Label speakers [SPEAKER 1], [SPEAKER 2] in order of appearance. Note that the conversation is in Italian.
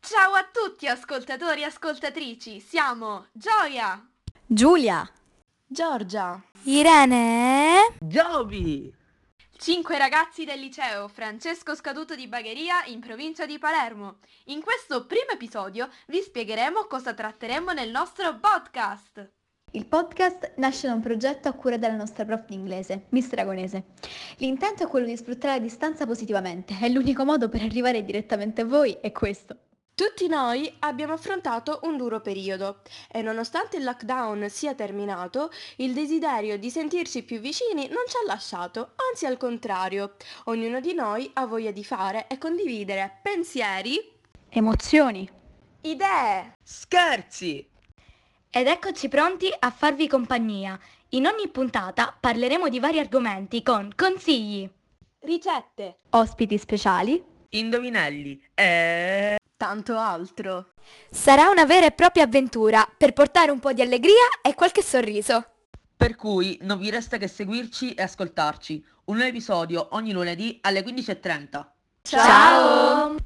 [SPEAKER 1] Ciao a tutti ascoltatori e ascoltatrici, siamo Gioia,
[SPEAKER 2] Giulia,
[SPEAKER 3] Giorgia,
[SPEAKER 2] Irene,
[SPEAKER 4] Giovi!
[SPEAKER 1] cinque ragazzi del liceo Francesco Scaduto di Bagheria in provincia di Palermo. In questo primo episodio vi spiegheremo cosa tratteremo nel nostro podcast.
[SPEAKER 3] Il podcast nasce da un progetto a cura della nostra prof di inglese, Miss Agonese. L'intento è quello di sfruttare la distanza positivamente e l'unico modo per arrivare direttamente a voi è questo.
[SPEAKER 5] Tutti noi abbiamo affrontato un duro periodo e nonostante il lockdown sia terminato, il desiderio di sentirci più vicini non ci ha lasciato, anzi al contrario, ognuno di noi ha voglia di fare e condividere pensieri,
[SPEAKER 3] Emozioni.
[SPEAKER 5] idee.
[SPEAKER 4] Scherzi!
[SPEAKER 6] Ed eccoci pronti a farvi compagnia. In ogni puntata parleremo di vari argomenti con consigli.
[SPEAKER 5] Ricette.
[SPEAKER 3] Ospiti speciali.
[SPEAKER 4] Indovinelli! eh. E...
[SPEAKER 5] Tanto altro.
[SPEAKER 2] sarà una vera e propria avventura per portare un po' di allegria e qualche sorriso.
[SPEAKER 4] Per cui non vi resta che seguirci e ascoltarci. Un nuovo episodio ogni lunedì alle 15.30.
[SPEAKER 2] Ciao!